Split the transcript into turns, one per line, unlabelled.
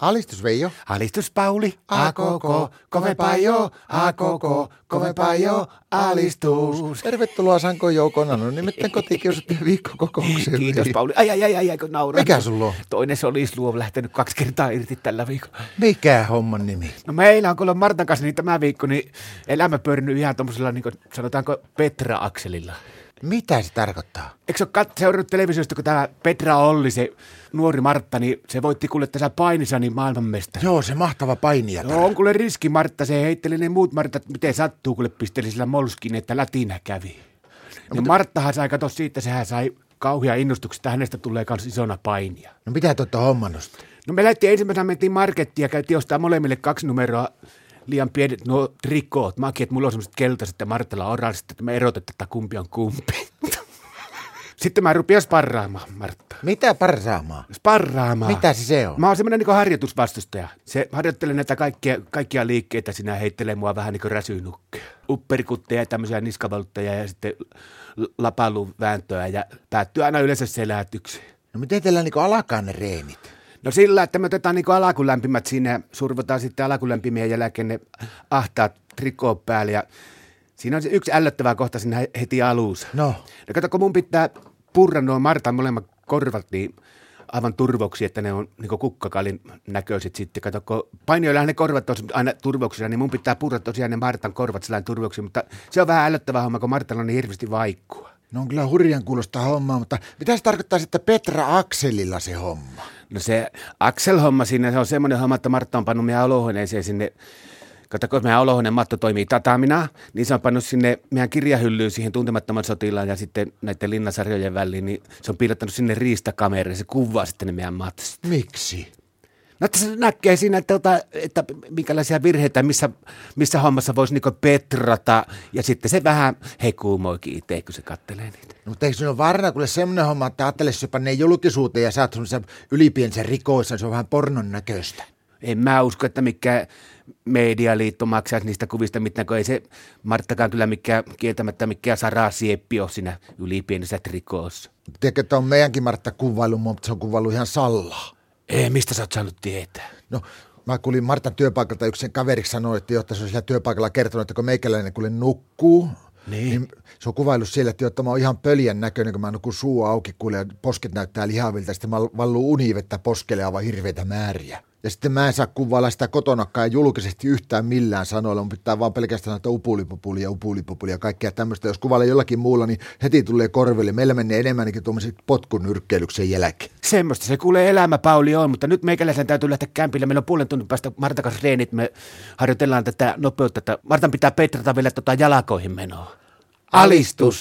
Alistus Veijo.
Alistus Pauli,
A koko, kovempaa jo, A koko, kovempaa jo, alistus. Tervetuloa Sanko Joukona, no nimittäin kotikiusattujen viikkokokoukseen.
Kiitos Pauli. Ai ai ai ai, ai kun nauraa.
Mikä sulla on?
Toinen solislu on lähtenyt kaksi kertaa irti tällä viikolla.
Mikä homman nimi?
No meillä on kuule Martan kanssa niin tämä viikko, niin elämä pyörinyt ihan tuommoisella, niin kuin, sanotaanko Petra-akselilla.
Mitä se tarkoittaa?
Eikö se ole kat- seurannut televisiosta, kun tämä Petra Olli, se nuori Martta, niin se voitti kuule tässä painisanin maailmanmestari.
Joo, se mahtava painija.
No on kuule riski Martta, se heitteli ne muut Martat, miten sattuu, kuule pisteli sillä molskin, että latina kävi. No, no Marttahan sai, kato siitä, sehän sai kauhia innostuksesta, hänestä tulee myös isona painia.
No mitä te olette hommannut? sitten?
No me lähtiin ensimmäisenä mentiin markettiin ja käytiin ostaa molemmille kaksi numeroa liian pienet nuo trikoot. Mäkin, että mulla on semmoiset keltaiset ja Martalla oranssit, että me erotetaan, että kumpi on kumpi. Sitten mä rupean sparraamaan, Martta.
Mitä parsaamaa?
Sparraamaan.
Mitä se se on?
Mä oon semmoinen niin harjoitusvastustaja. Se harjoittelee näitä kaikkia, kaikkia liikkeitä, sinä heittelee mua vähän niin kuin räsyynukkeja. Upperikutteja ja tämmöisiä niskavaltteja ja sitten l- lapalun vääntöä ja päättyy aina yleensä selätykseen.
No miten teillä niinku alakaan ne reenit?
No sillä, että me otetaan niin alakulämpimät siinä ja survotaan sitten alakulämpimien jälkeen ne ahtaat trikoon päälle ja siinä on se yksi ällöttävä kohta siinä he- heti alussa.
No,
No kato, kun mun pitää purra nuo Martan molemmat korvat, niin aivan turvoksi, että ne on niin kukkakalin näköiset sitten. Kato, kun painioillahan ne korvat on aina turvoksina, niin mun pitää purra tosiaan ne Martan korvat sillä turvoksi, mutta se on vähän ällöttävä homma, kun Martalla on niin hirveästi vaikkua.
no on kyllä hurjan kuulosta hommaa, mutta mitä se tarkoittaa sitten Petra Akselilla se homma?
No se Axel-homma siinä, se on semmoinen homma, että Martta on pannut meidän olohuoneeseen sinne, kato, kun meidän olohuoneen matto toimii tatamina, niin se on pannut sinne meidän kirjahyllyyn siihen tuntemattoman sotilaan ja sitten näiden linnasarjojen väliin, niin se on piirtänyt sinne riistakameraan ja se kuvaa sitten ne meidän matsit.
Miksi?
No että se näkee siinä, että, tota, että minkälaisia virheitä, missä, missä hommassa voisi niinku petrata ja sitten se vähän hekuumoikin itse, kun se kattelee niitä.
No, mutta eikö se ole varna kuule semmoinen homma, että ajattele, jos ne julkisuuteen ja sä oot semmoisessa ylipiensä rikoissa, se on vähän pornon näköistä.
En mä usko, että mikä medialiitto maksaisi niistä kuvista mitään, kun ei se Marttakaan kyllä mikään kieltämättä mikään sarasieppi ole siinä ylipienessä trikoossa.
Tiedätkö, että on meidänkin Martta kuvailu, mutta se on kuvailu ihan sallaa.
Ei, mistä sä oot saanut tietää?
No, mä kuulin Martan työpaikalta yksi sen kaveri sanoi, että jotta se on siellä työpaikalla kertonut, että kun meikäläinen kuule nukkuu,
Niin.
niin se on kuvaillut siellä, että jotta mä oon ihan pöljän näköinen, kun mä nukun suu auki kuule ja posket näyttää lihavilta, sitten mä valluu univettä poskelle aivan hirveitä määriä. Ja sitten mä en saa kuvailla sitä kotonakaan julkisesti yhtään millään sanoilla, mun pitää vaan pelkästään näitä upulipupuli ja upulipupuli ja kaikkea tämmöistä. Jos kuvailla jollakin muulla, niin heti tulee korville. Meillä menee enemmänkin tuommoiset potkunyrkkeilyksen jälkeen.
Semmoista se kuulee elämä, Pauli, on, mutta nyt meikäläisen täytyy lähteä kämpille. Meillä on puolen tunnin päästä Martan kanssa reenit, me harjoitellaan tätä nopeutta. että Martan pitää petrata vielä tota jalakoihin menoa. Alistus!